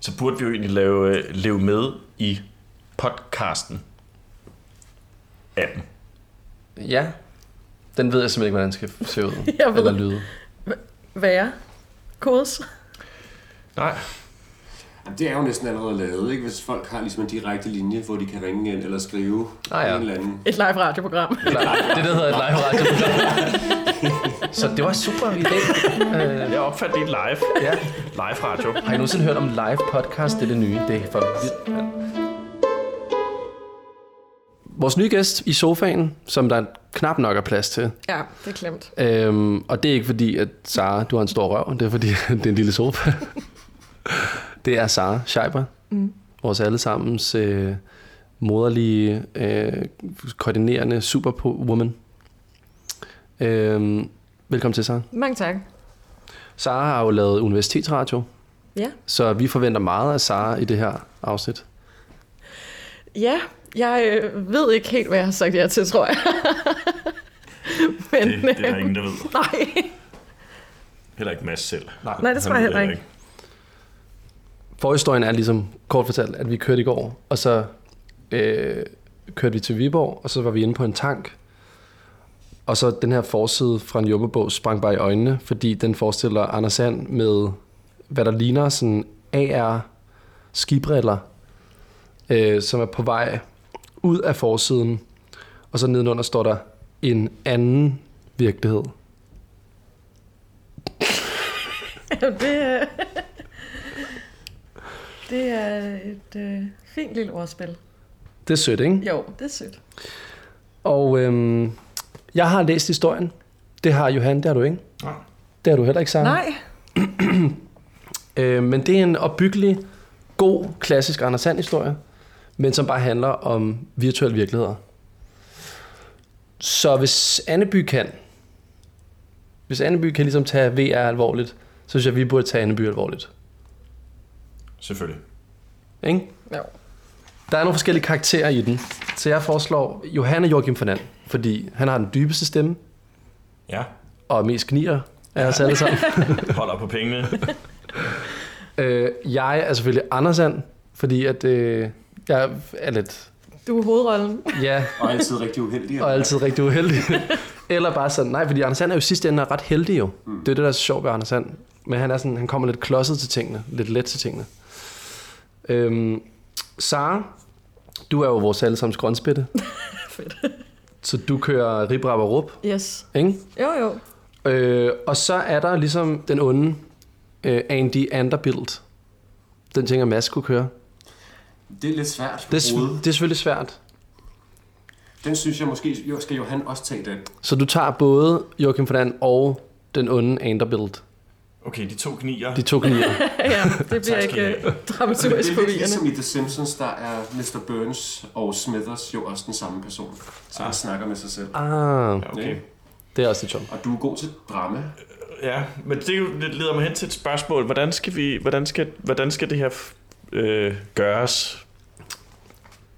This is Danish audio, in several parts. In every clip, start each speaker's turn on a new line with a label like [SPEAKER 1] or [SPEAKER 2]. [SPEAKER 1] så burde vi jo egentlig lave, øh, leve med i podcasten af dem.
[SPEAKER 2] Ja. Den ved jeg simpelthen ikke, hvordan den skal se ud.
[SPEAKER 3] Jeg ved.
[SPEAKER 2] Eller lyde.
[SPEAKER 3] Være. Kodes.
[SPEAKER 1] Nej,
[SPEAKER 4] Jamen, det er jo næsten allerede lavet, ikke? Hvis folk har ligesom en direkte linje, hvor de kan ringe ind eller skrive
[SPEAKER 2] Ah, ja.
[SPEAKER 4] en eller anden.
[SPEAKER 3] Et live radioprogram.
[SPEAKER 2] Det er det, der hedder et live radio. Så det var super idé. Øh,
[SPEAKER 1] jeg opfandt det live.
[SPEAKER 2] ja.
[SPEAKER 1] Live radio.
[SPEAKER 2] Har I nogensinde hørt om live podcast? Det er det nye. Det er for vildt. mand. Vores nye gæst i sofaen, som der knap nok er plads til,
[SPEAKER 3] Ja, det er klemt.
[SPEAKER 2] Øhm, og det er ikke fordi, at Sara, du har en stor røv. Det er fordi, at det er en lille sofa. det er Sara Scheiber. Mm. Vores allesammens øh, moderlige, øh, koordinerende superwoman. Øhm, velkommen til, Sara.
[SPEAKER 3] Mange tak.
[SPEAKER 2] Sara har jo lavet universitetsradio,
[SPEAKER 3] Ja.
[SPEAKER 2] så vi forventer meget af Sara i det her afsnit.
[SPEAKER 3] Ja, jeg øh, ved ikke helt, hvad jeg har sagt ja til, tror jeg. Men,
[SPEAKER 1] Det, det er der
[SPEAKER 3] øh,
[SPEAKER 1] ingen, der ved.
[SPEAKER 3] Nej.
[SPEAKER 1] Heller ikke Mads selv.
[SPEAKER 3] Nej, det tror
[SPEAKER 1] Han ved
[SPEAKER 3] jeg heller ikke.
[SPEAKER 2] Forhistorien er ligesom kort fortalt, at vi kørte i går, og så øh, kørte vi til Viborg, og så var vi inde på en tank. Og så den her forside fra en jubbebog sprang bare i øjnene, fordi den forestiller Anders Sand med, hvad der ligner sådan AR-skibriller, øh, som er på vej ud af forsiden. Og så nedenunder står der en anden virkelighed.
[SPEAKER 3] Jamen, det, er- det er et øh, fint lille ordspil.
[SPEAKER 2] Det er sødt, ikke?
[SPEAKER 3] Jo, det er sødt.
[SPEAKER 2] Og øhm, jeg har læst historien. Det har Johan, det har du ikke.
[SPEAKER 1] Nej.
[SPEAKER 2] Det har du heller ikke, Sara.
[SPEAKER 3] Nej,
[SPEAKER 2] Øh, men det er en opbyggelig, god, klassisk Anders Sand historie, men som bare handler om virtuelle virkeligheder. Så hvis Anneby kan, hvis Anneby kan ligesom tage VR alvorligt, så synes jeg, vi burde tage Anneby alvorligt.
[SPEAKER 1] Selvfølgelig.
[SPEAKER 2] Ikke?
[SPEAKER 3] jo.
[SPEAKER 2] Der er nogle forskellige karakterer i den, så jeg foreslår Johanne Joachim Fernand, fordi han har den dybeste stemme
[SPEAKER 1] Ja,
[SPEAKER 2] og er mest gnier af os alle sammen.
[SPEAKER 1] holder på pengene.
[SPEAKER 2] Øh, jeg er selvfølgelig Andersand, fordi at, øh, jeg er lidt...
[SPEAKER 3] Du er hovedrollen.
[SPEAKER 2] Ja,
[SPEAKER 4] Og altid rigtig uheldige.
[SPEAKER 2] og altid rigtig uheldig. Eller bare sådan, nej, fordi Anders Sand er jo i sidste ende ret heldig jo. Mm. Det er det, der er så sjovt ved Anders Sand. Men han, er sådan, han kommer lidt klodset til tingene, lidt let til tingene. Øhm, Sara, du er jo vores allesammens grønspætte.
[SPEAKER 3] Fedt.
[SPEAKER 2] Så du kører rib, rap og rup,
[SPEAKER 3] Yes.
[SPEAKER 2] ikke?
[SPEAKER 3] Jo, jo.
[SPEAKER 2] Øh, og så er der ligesom den onde øh, Andy Anderbilt. Den tænker Mads kunne køre.
[SPEAKER 4] Det er lidt svært.
[SPEAKER 2] Det er, sv-
[SPEAKER 4] Rode.
[SPEAKER 2] det er selvfølgelig svært.
[SPEAKER 4] Den synes jeg måske, jo, skal Johan også tage den.
[SPEAKER 2] Så du tager både Joachim Fernand og den onde Anderbilt.
[SPEAKER 1] Okay, de to knier.
[SPEAKER 2] De to knier.
[SPEAKER 3] Ja, det bliver
[SPEAKER 1] Tak skal
[SPEAKER 3] ikke
[SPEAKER 1] I have.
[SPEAKER 3] øh,
[SPEAKER 4] Det
[SPEAKER 3] dramaturgisk
[SPEAKER 4] er lidt ligesom
[SPEAKER 3] forvirrende.
[SPEAKER 4] i The Simpsons, der er Mr. Burns og Smithers jo også den samme person, som ah. snakker med sig selv.
[SPEAKER 2] Ah,
[SPEAKER 1] Ja, Okay.
[SPEAKER 2] det er også lidt sjovt.
[SPEAKER 4] Og du er god til drama.
[SPEAKER 1] Ja, men det er jo- det leder mig hen til et spørgsmål. Hvordan skal, vi, hvordan skal, hvordan skal det her øh, gøres,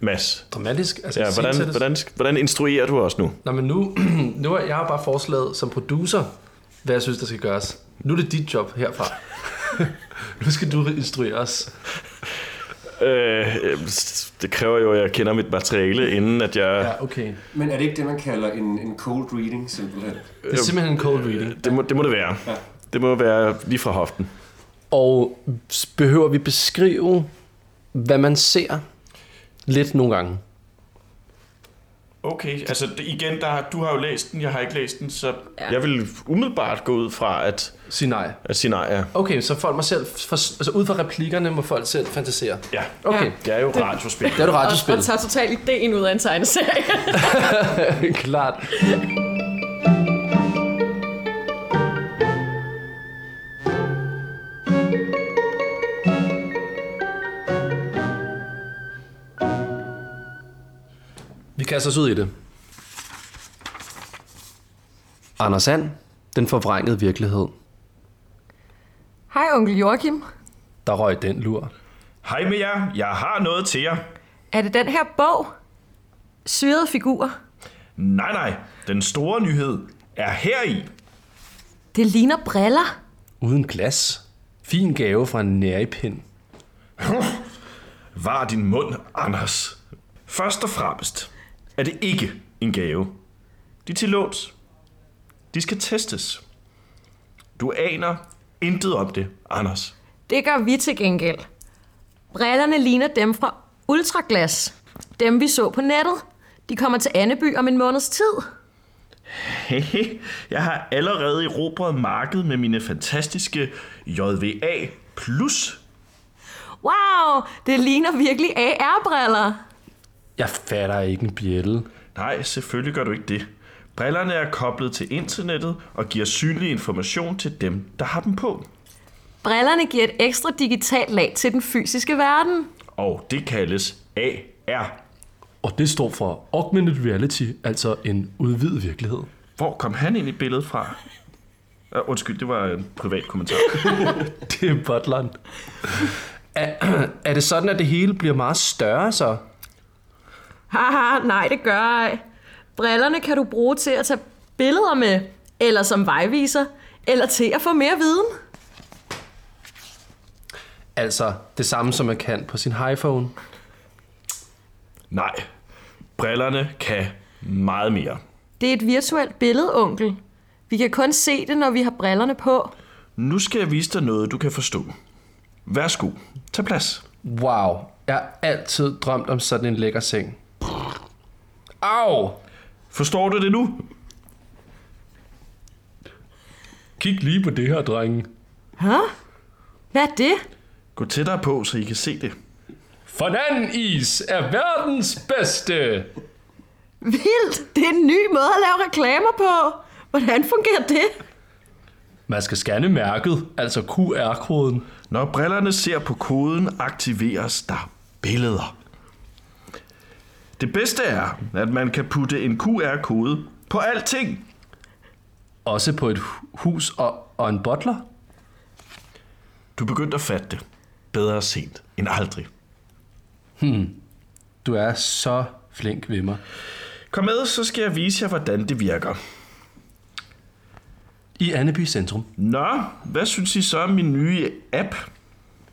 [SPEAKER 1] Mads?
[SPEAKER 2] Dramatisk? Altså,
[SPEAKER 1] Ja, hvordan, hvordan, sk- hvordan instruerer du os nu?
[SPEAKER 2] Nå, men nu, nu er jeg har bare forslaget som producer, hvad jeg synes, der skal gøres. Nu er det dit job herfra. nu skal du instruere os.
[SPEAKER 1] Øh, øh, det kræver jo, at jeg kender mit materiale, inden at jeg...
[SPEAKER 2] Ja, okay.
[SPEAKER 4] Men er det ikke det, man kalder en, en cold reading, simpelthen?
[SPEAKER 2] Det er simpelthen en
[SPEAKER 1] Øh,
[SPEAKER 2] cold reading.
[SPEAKER 1] Det må det, må det være. Det må være lige fra hoften.
[SPEAKER 2] Og s- behøver vi beskrive, hvad man ser lidt nogle gange?
[SPEAKER 1] Okay, altså det- igen, der, du har jo læst den, jeg har ikke læst den, så
[SPEAKER 3] Ja.
[SPEAKER 1] ja. jeg vil umiddelbart gå ud fra at,
[SPEAKER 2] Sig nej.
[SPEAKER 1] at sige nej. Ja.
[SPEAKER 2] Okay, så folk må selv, for, altså ud fra replikkerne må folk selv fantasere.
[SPEAKER 1] ja.
[SPEAKER 2] Okay,
[SPEAKER 3] Ja.
[SPEAKER 1] Det er jo radiospil.
[SPEAKER 2] det er et
[SPEAKER 3] Og,
[SPEAKER 2] radiospil.
[SPEAKER 3] og tager totalt ideen ud af en tegneserie.
[SPEAKER 2] Klart. Vi kaster os ud i det. Anders Sand, den forvrængede virkelighed.
[SPEAKER 3] Hej, onkel Joachim.
[SPEAKER 2] Der røg den lur.
[SPEAKER 1] Hej med jer, jeg har noget til jer.
[SPEAKER 3] Er det den her bog? Syrede figurer.
[SPEAKER 1] Nej, nej, den store nyhed er her i.
[SPEAKER 3] Det ligner briller.
[SPEAKER 2] Uden glas. Fin gave fra en næripind.
[SPEAKER 1] Var din mund, Anders. Først og fremmest er det ikke en gave. De er til låns. De skal testes. Du aner intet om det, Anders.
[SPEAKER 5] Det gør vi til gengæld. Brillerne ligner dem fra Ultraglas. Dem vi så på nettet. De kommer til Anneby om en måneds tid.
[SPEAKER 1] Hehe, jeg har allerede erobret markedet med mine fantastiske JVA plus.
[SPEAKER 5] Wow, det ligner virkelig AR-briller.
[SPEAKER 2] Jeg fatter ikke en bjælle.
[SPEAKER 1] Nej, selvfølgelig gør du ikke det. Brillerne er koblet til internettet og giver synlig information til dem, der har dem på.
[SPEAKER 5] Brillerne giver et ekstra digitalt lag til den fysiske verden.
[SPEAKER 1] Og det kaldes AR.
[SPEAKER 2] Og det står for Augmented Reality, altså en udvidet virkelighed.
[SPEAKER 1] Hvor kom han ind i billedet fra? Uh, undskyld, det var en privat kommentar.
[SPEAKER 2] Det er Botland. Er, er det sådan, at det hele bliver meget større så?
[SPEAKER 5] Haha, nej det gør ej. Brillerne kan du bruge til at tage billeder med, eller som vejviser, eller til at få mere viden.
[SPEAKER 2] Altså det samme, som man kan på sin iPhone.
[SPEAKER 1] Nej, brillerne kan meget mere.
[SPEAKER 5] Det er et virtuelt billede, onkel. Vi kan kun se det, når vi har brillerne på.
[SPEAKER 1] Nu skal jeg vise dig noget, du kan forstå. Værsgo, tag plads.
[SPEAKER 2] Wow, jeg har altid drømt om sådan en lækker seng. Au!
[SPEAKER 1] Forstår du det nu?
[SPEAKER 2] Kig lige på det her, drenge.
[SPEAKER 5] Hå? Hvad er det?
[SPEAKER 1] Gå tættere på, så I kan se det.
[SPEAKER 2] Fernand is er verdens bedste!
[SPEAKER 5] Vildt! Det er en ny måde at lave reklamer på. Hvordan fungerer det?
[SPEAKER 2] Man skal scanne mærket, altså QR-koden.
[SPEAKER 1] Når brillerne ser på koden, aktiveres der billeder. Det bedste er, at man kan putte en QR-kode på alting.
[SPEAKER 2] Også på et hu- hus og, og en bottler.
[SPEAKER 1] Du begyndte at fatte det. Bedre sent end aldrig.
[SPEAKER 2] Du er så flink ved mig.
[SPEAKER 1] Kom med, så skal jeg vise jer, hvordan det virker.
[SPEAKER 2] I Anneby Centrum.
[SPEAKER 1] Nå, hvad synes I så om min nye app?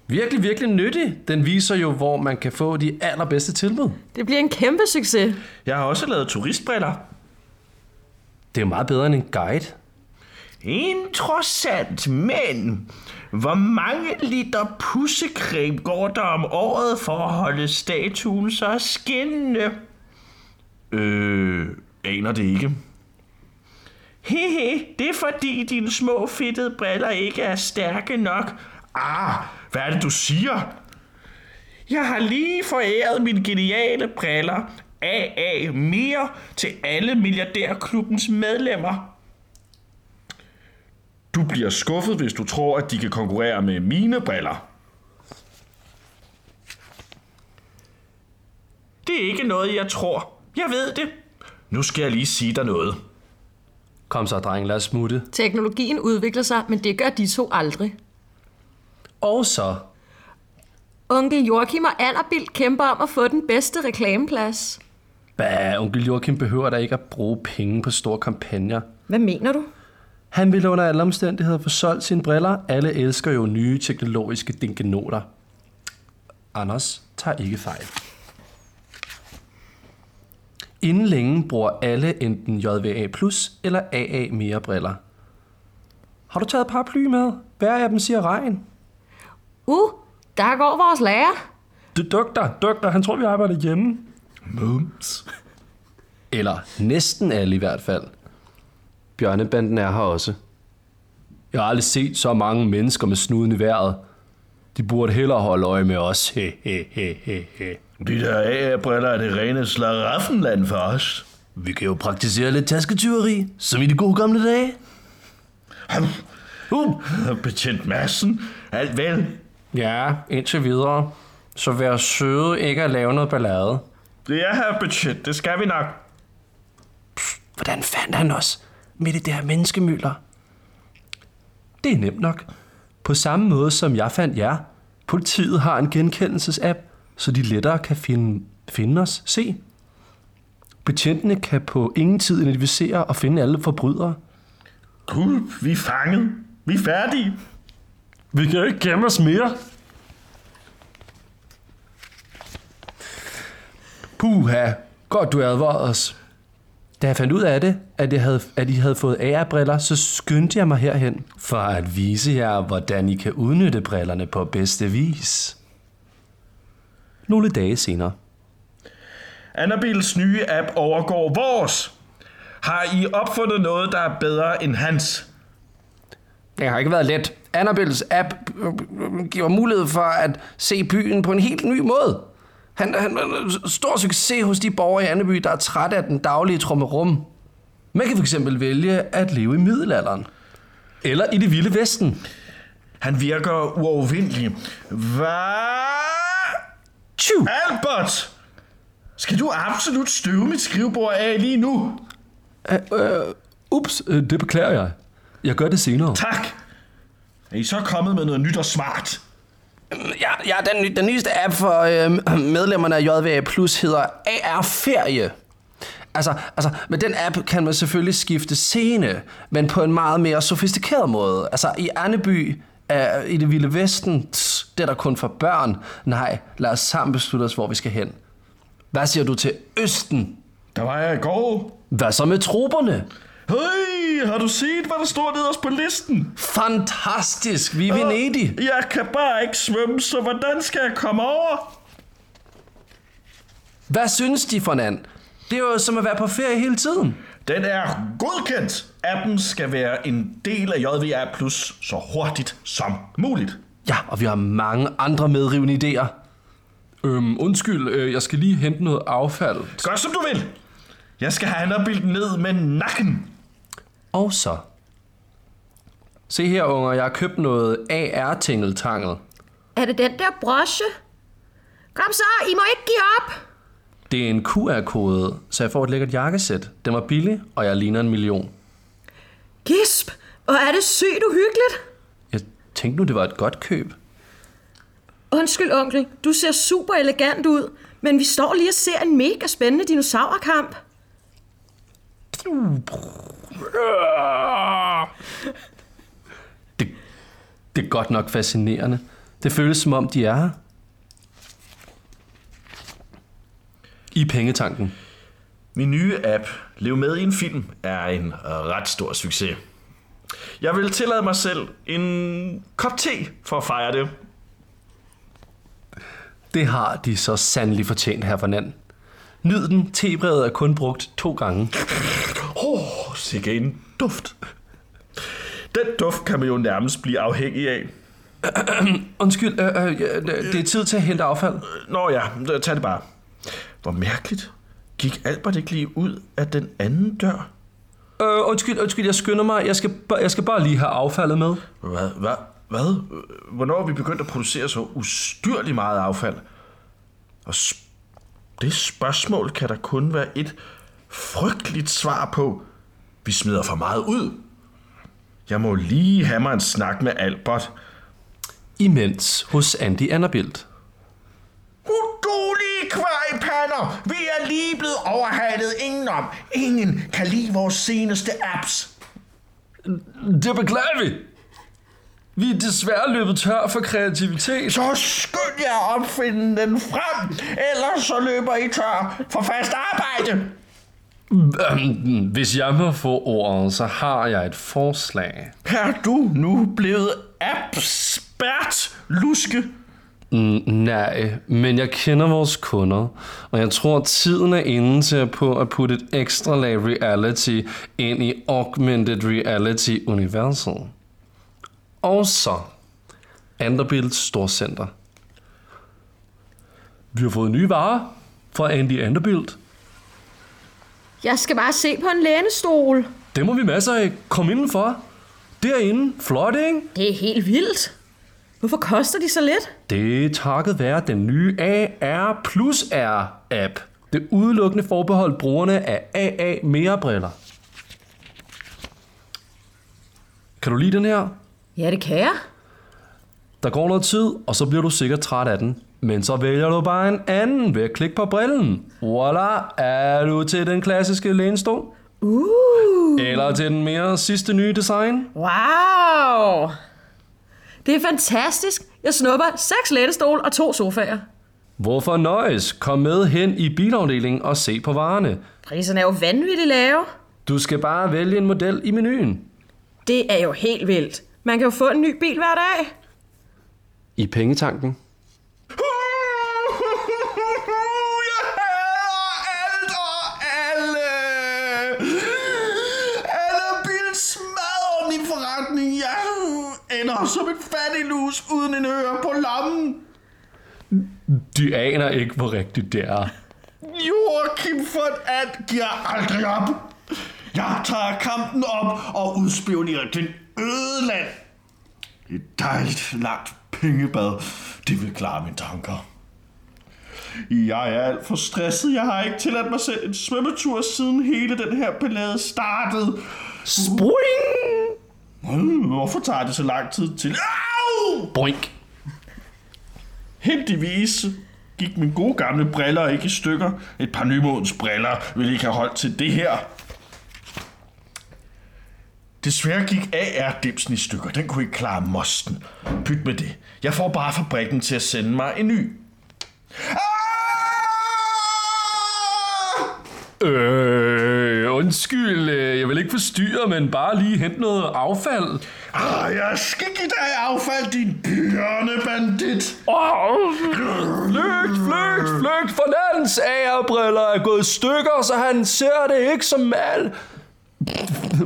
[SPEAKER 2] Virkelig, virkelig nyttig. Den viser jo, hvor man kan få de allerbedste tilbud.
[SPEAKER 5] Det bliver en kæmpe succes.
[SPEAKER 1] Jeg har også lavet turistbriller.
[SPEAKER 2] Det er jo meget bedre end en guide.
[SPEAKER 1] Interessant, men hvor mange liter pussekrem går der om året for at holde statuen så skinnende? Øh, aner det ikke. Hehe, det er fordi dine små fedtede briller ikke er stærke nok. Ah, hvad er det du siger? Jeg har lige foræret mine geniale briller AA mere til alle milliardærklubbens medlemmer. Du bliver skuffet, hvis du tror, at de kan konkurrere med mine briller. Det er ikke noget, jeg tror. Jeg ved det. Nu skal jeg lige sige dig noget.
[SPEAKER 2] Kom så, dreng, lad os smutte.
[SPEAKER 5] Teknologien udvikler sig, men det gør de to aldrig.
[SPEAKER 2] Og så
[SPEAKER 5] Onkel Joachim og Allerbild kæmper om at få den bedste reklameplads.
[SPEAKER 2] Bah, onkel Joachim behøver da ikke at bruge penge på store kampagner.
[SPEAKER 5] Hvad mener du?
[SPEAKER 2] Han ville under alle omstændigheder få solgt sine briller. Alle elsker jo nye teknologiske dinkenoter. Anders tager ikke fejl. Inden længe bruger alle enten JVA Plus eller AA mere briller. Har du taget paraply med? Hver af dem siger regn.
[SPEAKER 5] Uh, der går vores lærer.
[SPEAKER 2] Du dygter, dygter. Han tror, vi arbejder hjemme.
[SPEAKER 1] Mums.
[SPEAKER 2] Eller næsten alle i hvert fald.
[SPEAKER 6] Bjørnebanden er her også.
[SPEAKER 2] Jeg har aldrig set så mange mennesker med snuden i vejret. De burde hellere holde øje med os. He, he, he, he, he.
[SPEAKER 1] De der AA-briller er det rene slaraffenland for os.
[SPEAKER 2] Vi kan jo praktisere lidt tasketyveri, som i de gode gamle dage. Uh.
[SPEAKER 1] Betjent massen. Alt vel.
[SPEAKER 2] Ja, indtil videre. Så vær søde ikke at lave noget ballade.
[SPEAKER 1] Det er her, betjent. Det skal vi nok.
[SPEAKER 2] Hvordan fandt han os midt i det her menneskemylder? Det er nemt nok. På samme måde som jeg fandt jer, politiet har en genkendelsesapp, så de lettere kan finde, finde os. Se. Betjentene kan på ingen tid identificere og finde alle forbrydere.
[SPEAKER 1] Cool, vi er fanget. Vi er færdige.
[SPEAKER 2] Vi kan ikke gemme os mere. Puha, godt du advarede os.
[SPEAKER 6] Da jeg fandt ud af det, at, jeg havde, at I havde fået AR-briller, så skyndte jeg mig herhen for at vise jer, hvordan I kan udnytte brillerne på bedste vis. Nogle dage senere.
[SPEAKER 1] Annabils nye app overgår vores. Har I opfundet noget, der er bedre end hans?
[SPEAKER 2] Det har ikke været let. Annabels app øh, øh, giver mulighed for at se byen på en helt ny måde. Han, han han- stor succes hos de borgere i Anneby, der er trætte af den daglige trummerum. Man kan fx vælge at leve i middelalderen. Eller i det vilde vesten.
[SPEAKER 1] Han virker uovervindelig. Hvad?
[SPEAKER 2] Tju!
[SPEAKER 1] Albert! Skal du absolut støve mit skrivebord af lige nu?
[SPEAKER 6] Ups, øh, det beklager jeg. Jeg gør det senere.
[SPEAKER 1] Tak. Er I så kommet med noget nyt og smart?
[SPEAKER 2] Ja, ja den, ny- den nyeste app for øh, medlemmerne af JVA Plus hedder AR Ferie. Altså, altså, med den app kan man selvfølgelig skifte scene, men på en meget mere sofistikeret måde. Altså, i Anneby, øh, i det vilde vesten, tss, det er der kun for børn. Nej, lad os sammen beslutte os, hvor vi skal hen. Hvad siger du til Østen?
[SPEAKER 1] Der var jeg i går.
[SPEAKER 2] Hvad så med troberne?
[SPEAKER 1] Hey, har du set, hvad der står nederst på listen?
[SPEAKER 2] Fantastisk! Vi er i Venedig.
[SPEAKER 1] Jeg kan bare ikke svømme, så hvordan skal jeg komme over?
[SPEAKER 2] Hvad synes de, Fernand? Det er jo som at være på ferie hele tiden.
[SPEAKER 1] Den er godkendt. Appen skal være en del af JVR Plus så hurtigt som muligt.
[SPEAKER 2] Ja, og vi har mange andre medrivende idéer.
[SPEAKER 6] Øhm, undskyld, øh, jeg skal lige hente noget affald.
[SPEAKER 1] Gør som du vil. Jeg skal have Annabelle ned med nakken.
[SPEAKER 2] Og så. Se her, unger, jeg har købt noget AR-tingeltangel.
[SPEAKER 5] Er det den der broche? Kom så, I må ikke give op!
[SPEAKER 2] Det er en QR-kode, så jeg får et lækkert jakkesæt. Den var billig, og jeg ligner en million.
[SPEAKER 5] Gisp, hvor er det sygt uhyggeligt!
[SPEAKER 2] Jeg tænkte nu, det var et godt køb.
[SPEAKER 5] Undskyld, onkel. Du ser super elegant ud, men vi står lige og ser en mega spændende dinosaurkamp.
[SPEAKER 6] Ah!
[SPEAKER 2] Det, det er godt nok fascinerende. Det føles som om, de er her. I pengetanken.
[SPEAKER 1] Min nye app, Lev med i en film, er en ret stor succes. Jeg vil tillade mig selv en kop te for at fejre det.
[SPEAKER 2] Det har de så sandelig fortjent, herr Fernand. Nyd den. Tebrevet er kun brugt to gange.
[SPEAKER 1] Åh, oh, sikke en duft. Den duft kan man jo nærmest blive afhængig af.
[SPEAKER 2] Undskyld, øh, øh, øh, det er tid til at hente affald.
[SPEAKER 1] Nå ja, tag det bare. Hvor mærkeligt. Gik Albert ikke lige ud af den anden dør?
[SPEAKER 2] Øh, undskyld, undskyld, jeg skynder mig. Jeg skal, ba- jeg skal bare lige have affaldet med.
[SPEAKER 1] Hvad? Hvad? Hvad? Hvornår er vi begyndt at producere så ustyrligt meget affald? Og sp- det spørgsmål kan der kun være et frygteligt svar på. Vi smider for meget ud. Jeg må lige have mig en snak med Albert.
[SPEAKER 2] Imens hos Andy Annabilt.
[SPEAKER 1] Udulige kvejpander! Vi er lige blevet overhalet ingen om. Ingen kan lide vores seneste apps.
[SPEAKER 6] Det beklager vi. Vi er desværre løbet tør for kreativitet.
[SPEAKER 1] Så skynd jer at opfinde den frem, ellers så løber I tør for fast arbejde.
[SPEAKER 6] Øhm, Hvis jeg må få ordet, så har jeg et forslag.
[SPEAKER 1] Er du nu blevet abspert, luske?
[SPEAKER 6] Mm, Nej, men jeg kender vores kunder, og jeg tror, tiden er inde til at, på at putte et ekstra lag reality ind i augmented reality-universet. Og så Anderbilt Storcenter. Vi har fået nye varer fra Andy Anderbilt.
[SPEAKER 5] Jeg skal bare se på en lænestol.
[SPEAKER 6] Det må vi masser af. Kom indenfor. Derinde. Flot, ikke?
[SPEAKER 5] Det er helt vildt. Hvorfor koster de så lidt?
[SPEAKER 6] Det er takket være den nye AR Plus R app. Det er udelukkende forbeholdt brugerne af AA mere briller. Kan du lide den her?
[SPEAKER 5] Ja, det kan jeg.
[SPEAKER 6] Der går noget tid, og så bliver du sikkert træt af den. Men så vælger du bare en anden ved at klikke på brillen. Voila, er du til den klassiske lænestol? Uh. Eller til den mere sidste nye design?
[SPEAKER 5] Wow! Det er fantastisk. Jeg snupper seks lænestol og to sofaer.
[SPEAKER 2] Hvorfor nøjes? Kom med hen i bilafdelingen og se på varerne.
[SPEAKER 5] Priserne er jo vanvittigt lave.
[SPEAKER 2] Du skal bare vælge en model i menuen.
[SPEAKER 5] Det er jo helt vildt. Man kan jo få en ny bil hver dag.
[SPEAKER 7] I pengetanken.
[SPEAKER 1] Jeg hader alt og alle. Alle bilens smadrende forretning. Jeg ender som en fattig lus uden en øre på lommen.
[SPEAKER 2] De aner ikke, hvor rigtigt det er.
[SPEAKER 1] Joachim von And giver aldrig op. Jeg tager kampen op og udspionerer den øde land. Et dejligt langt pengebad, det vil klare mine tanker. Jeg er alt for stresset. Jeg har ikke tilladt mig selv en svømmetur, siden hele den her ballade startede.
[SPEAKER 2] Spring!
[SPEAKER 1] Hmm, Hvorfor tager det så lang tid til? Au!
[SPEAKER 2] Boink!
[SPEAKER 1] Heldigvis gik mine gode gamle briller ikke i stykker. Et par nymodens briller ville ikke have holdt til det her. Desværre gik AR-dipsen i stykker. Den kunne ikke klare mosten. Pyt med det. Jeg får bare fabrikken til at sende mig en ny. Ah!
[SPEAKER 2] Øh, undskyld, øh, jeg vil ikke forstyrre, men bare lige hente noget affald.
[SPEAKER 1] Ah, jeg skal give dig affald, din bjørnebandit!
[SPEAKER 2] Flygt, flygt, flygt, for Nans agerbriller er gået i stykker, så han ser det ikke som al...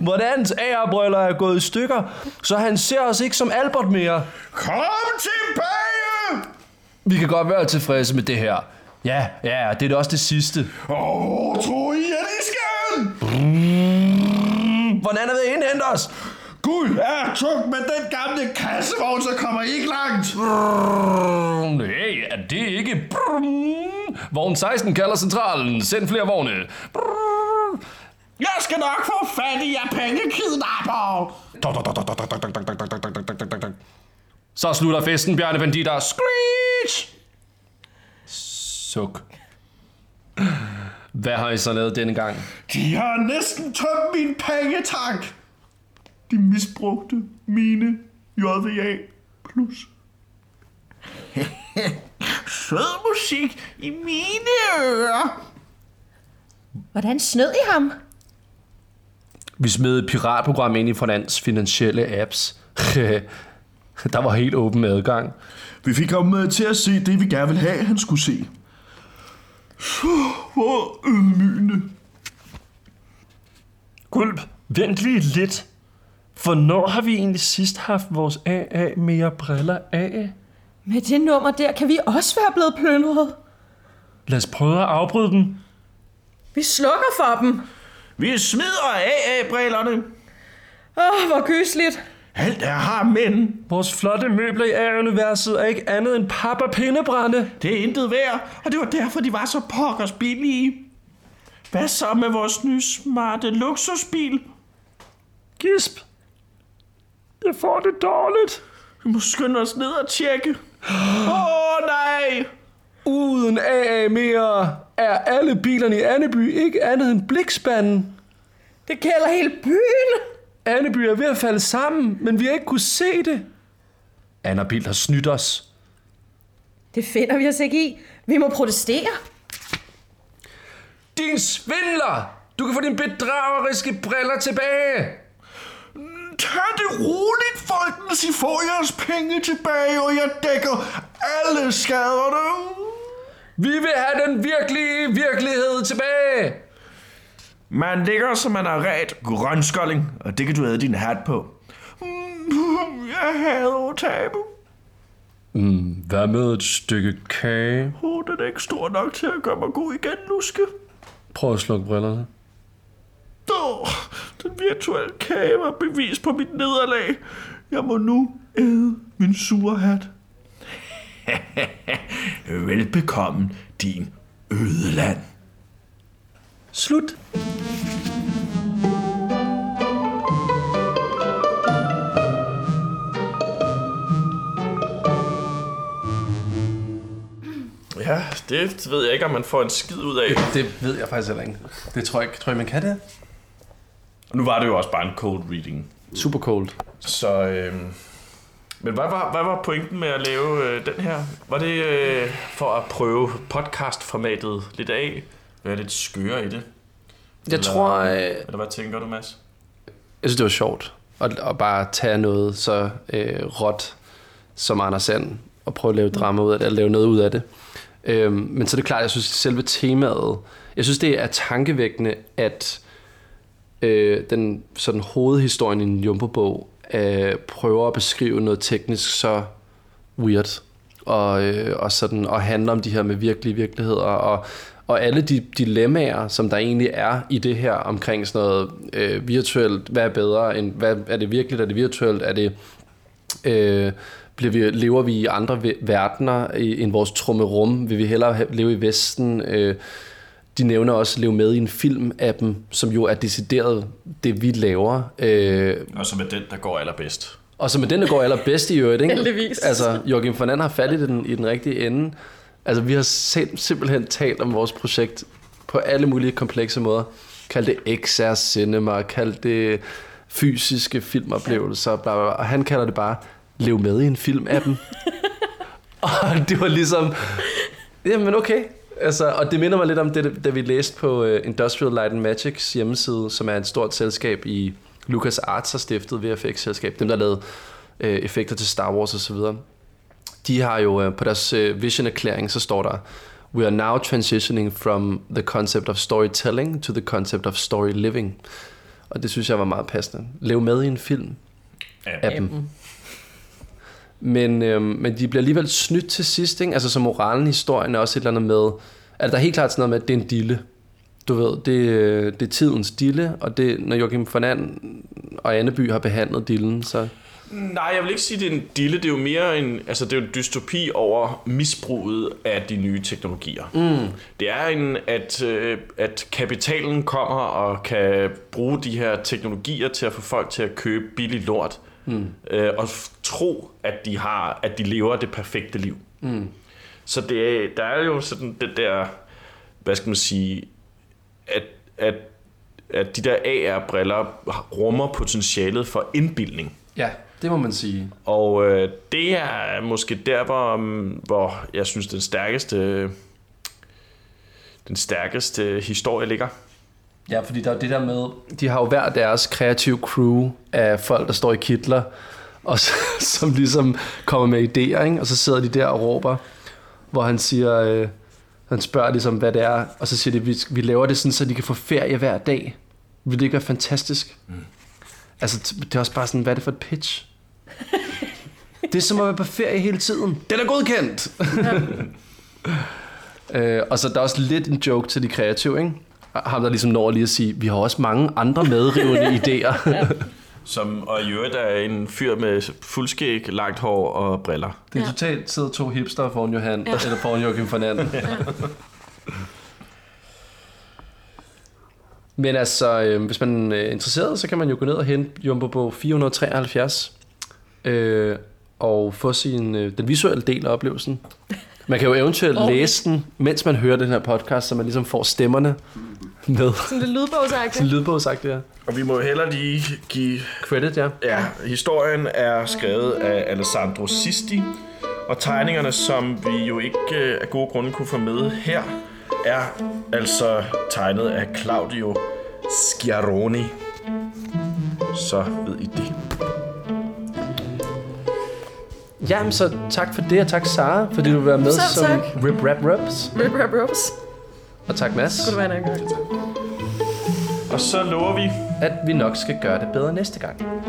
[SPEAKER 2] Hvordan agerbriller er gået i stykker, så han ser os ikke som Albert mere.
[SPEAKER 1] Kom tilbage!
[SPEAKER 2] Vi kan godt være tilfredse med det her. Ja, ja, det er da også det sidste.
[SPEAKER 1] Åh, oh, tror I, at I skal?
[SPEAKER 2] Hvordan er ved at indhente os?
[SPEAKER 1] Gud er tung med den gamle kassevogn, så kommer I ikke langt.
[SPEAKER 2] Brrrr, Hey, er det ikke... Brrrr. Vogn 16 kalder centralen. Send flere vogne. Brrrr.
[SPEAKER 1] Jeg skal nok få fat i jer pengekidnapper.
[SPEAKER 2] Tok, tok, tok, tok, tok, tok, tok, tok, tok, tok, tok, tok, tok, tok. Så slutter festen, Bjarne Banditter. Screech! Suk. Hvad har I så lavet denne gang?
[SPEAKER 1] De har næsten tømt min pengetank. De misbrugte mine JVA plus. Sød musik i mine ører.
[SPEAKER 5] Hvordan snød I ham?
[SPEAKER 2] Vi smed et piratprogram ind i Forlands finansielle apps. Der var helt åben adgang.
[SPEAKER 1] Vi fik ham øh, til at se det, vi gerne ville have, han skulle se. Puh, Hvor ydmygende.
[SPEAKER 8] Gulp, vent lige lidt. Hvornår har vi egentlig sidst haft vores AA mere briller af?
[SPEAKER 5] Med det nummer der kan vi også være blevet plyndret.
[SPEAKER 8] Lad os prøve at afbryde dem.
[SPEAKER 5] Vi slukker for dem.
[SPEAKER 1] Vi smider AA-brillerne.
[SPEAKER 5] Åh, oh, hvor køsligt.
[SPEAKER 1] Alt er har men.
[SPEAKER 8] Vores flotte møbler i A-universet er ikke andet end pap og pindebrænde.
[SPEAKER 1] Det er intet værd, og det var derfor, de var så pokkers billige. Hvad så med vores nye smarte luksusbil?
[SPEAKER 8] Gisp. Jeg får det dårligt.
[SPEAKER 1] Vi må skynde os ned og tjekke. Åh oh, nej!
[SPEAKER 2] Uden AA mere er alle bilerne i Anneby ikke andet end blikspanden.
[SPEAKER 5] Det gælder hele byen.
[SPEAKER 2] Anneby er ved at falde sammen, men vi har ikke kunne se det. Anna Bild har snydt os.
[SPEAKER 5] Det finder vi os ikke i. Vi må protestere.
[SPEAKER 2] Din svindler! Du kan få dine bedrageriske briller tilbage!
[SPEAKER 1] Tag det roligt, folkens! I får jeres penge tilbage, og jeg dækker alle skaderne.
[SPEAKER 2] Vi vil have den virkelige virkelighed tilbage!
[SPEAKER 1] Man ligger, som man har ret grønskolding, og det kan du have din hat på. Mm, Jeg hader at tabe.
[SPEAKER 2] Mm, Hvad med et stykke kage?
[SPEAKER 1] Oh, den er ikke stor nok til at gøre mig god igen, Luske.
[SPEAKER 2] Prøv at slukke brillerne.
[SPEAKER 1] Åh, den virtuelle kage var bevis på mit nederlag. Jeg må nu æde min sure hat. Velbekomme, din ødeland.
[SPEAKER 2] Slut.
[SPEAKER 8] Ja, det ved jeg ikke, om man får en skid ud af.
[SPEAKER 2] Det ved jeg faktisk heller ikke. Det tror jeg ikke. Tror jeg, man kan det?
[SPEAKER 8] Nu var det jo også bare en cold reading.
[SPEAKER 7] Super cold.
[SPEAKER 8] Så øhm,
[SPEAKER 1] Men hvad var, hvad var pointen med at lave øh, den her? Var det øh, for at prøve podcastformatet lidt af? Være lidt skøre i det?
[SPEAKER 3] Jeg tror, øh,
[SPEAKER 1] Eller hvad tænker du, Mads?
[SPEAKER 3] Jeg synes, det var sjovt at, at bare tage noget så øh, råt som Anders Sand og prøve at lave drama ud af det, eller lave noget ud af det. Øhm, men så er det klart, jeg synes, at selve temaet, jeg synes, det er tankevækkende, at øh, den sådan, hovedhistorien i en Jumbo-bog øh, prøver at beskrive noget teknisk så weird, og, øh, og, sådan, og handler om de her med virkelige virkeligheder, og, og alle de dilemmaer, som der egentlig er i det her omkring sådan noget øh, virtuelt, hvad er bedre end, hvad, er det virkeligt, er det virtuelt, er det, øh, bliver vi, lever vi i andre ve- verdener i- end vores trummerum, vil vi hellere have, leve i Vesten, øh, de nævner også at leve med i en film af dem, som jo er decideret det, vi laver. Øh,
[SPEAKER 1] Og så med den, der går allerbedst.
[SPEAKER 3] og som er den, der går allerbedst i øvrigt, ikke?
[SPEAKER 9] Heldigvis.
[SPEAKER 3] Altså, Joachim Fernand har fat i den, i den rigtige ende. Altså, vi har sim- simpelthen talt om vores projekt på alle mulige komplekse måder. Kald det XR Cinema, kald det fysiske filmoplevelser, bla, bla, bla. Og han kalder det bare, lev med i en film af dem. og det var ligesom, jamen okay. Altså, og det minder mig lidt om det, da vi læste på uh, Industrial Light and Magic's hjemmeside, som er et stort selskab i Lucas Arts har stiftet VFX-selskab. Dem, der lavede øh, effekter til Star Wars osv. De har jo øh, på deres øh, vision-erklæring, så står der, We are now transitioning from the concept of storytelling to the concept of story living. Og det synes jeg var meget passende. Lev med i en film af dem. Men, øh, men de bliver alligevel snydt til sidst, ikke? Altså, så moralen i historien er også et eller andet med... Altså, der er helt klart sådan noget med, at det er en dille. Du ved, det, øh, det er tidens dille, og det, når Joachim Fernand og Anneby har behandlet dillen, så...
[SPEAKER 1] Nej, jeg vil ikke sige, det er en dille. Det er jo mere en, altså, det er jo en dystopi over misbruget af de nye teknologier. Mm. Det er en, at, øh, at kapitalen kommer og kan bruge de her teknologier til at få folk til at købe billig lort. Mm. Øh, og f- tro, at de, har, at de lever det perfekte liv. Mm. Så det, er- der er jo sådan det der, hvad skal man sige, at, at, at de der AR-briller rummer potentialet for indbildning.
[SPEAKER 3] Ja, det må man sige.
[SPEAKER 1] Og øh, det er måske der, hvor, mm, hvor jeg synes, den stærkeste, den stærkeste historie ligger.
[SPEAKER 3] Ja, fordi der er jo det der med... De har jo hver deres kreative crew af folk, der står i kitler, og så, som ligesom kommer med idéer, ikke? Og så sidder de der og råber, hvor han siger... Øh, han spørger ligesom, hvad det er, og så siger de, vi, vi laver det sådan, så de kan få ferie hver dag. Vil det ikke være fantastisk? Mm. Altså, t- det er også bare sådan, hvad er det for et pitch? det er som at være på ferie hele tiden. Den er godkendt! Øh, og så er der også lidt en joke til de kreative, ikke? Ham, der ligesom når lige at sige, vi har også mange andre medrivende idéer.
[SPEAKER 1] Som, og i øvrigt er en fyr med fuldskæg, langt hår og briller.
[SPEAKER 3] Det er totalt sidder to hipster foran Johan, ja. eller foran Joachim Fernand. Ja. Men altså, øh, hvis man er interesseret, så kan man jo gå ned og hente Jumbo på 473 øh, og få sin, øh, den visuelle del af oplevelsen. Man kan jo eventuelt oh. læse den, mens man hører den her podcast, så man ligesom får stemmerne med.
[SPEAKER 5] Sådan lidt lydbogsagtigt.
[SPEAKER 3] Sådan lydbogsagtigt her.
[SPEAKER 1] Og vi må heller lige give...
[SPEAKER 3] Credit, ja.
[SPEAKER 1] Ja, historien er skrevet af Alessandro Sisti, og tegningerne, som vi jo ikke øh, af gode grunde kunne få med her, er altså tegnet af Claudio Schiaroni. Så ved I det.
[SPEAKER 3] Jamen, så tak for det, og tak Sara, fordi du vil være med
[SPEAKER 5] Selv
[SPEAKER 3] som
[SPEAKER 5] tak.
[SPEAKER 3] Rip Rap Raps.
[SPEAKER 5] Rip, rap, raps.
[SPEAKER 3] Og tak Mads,
[SPEAKER 5] Det var en anden gang.
[SPEAKER 1] Og så lover vi
[SPEAKER 3] at vi nok skal gøre det bedre næste gang.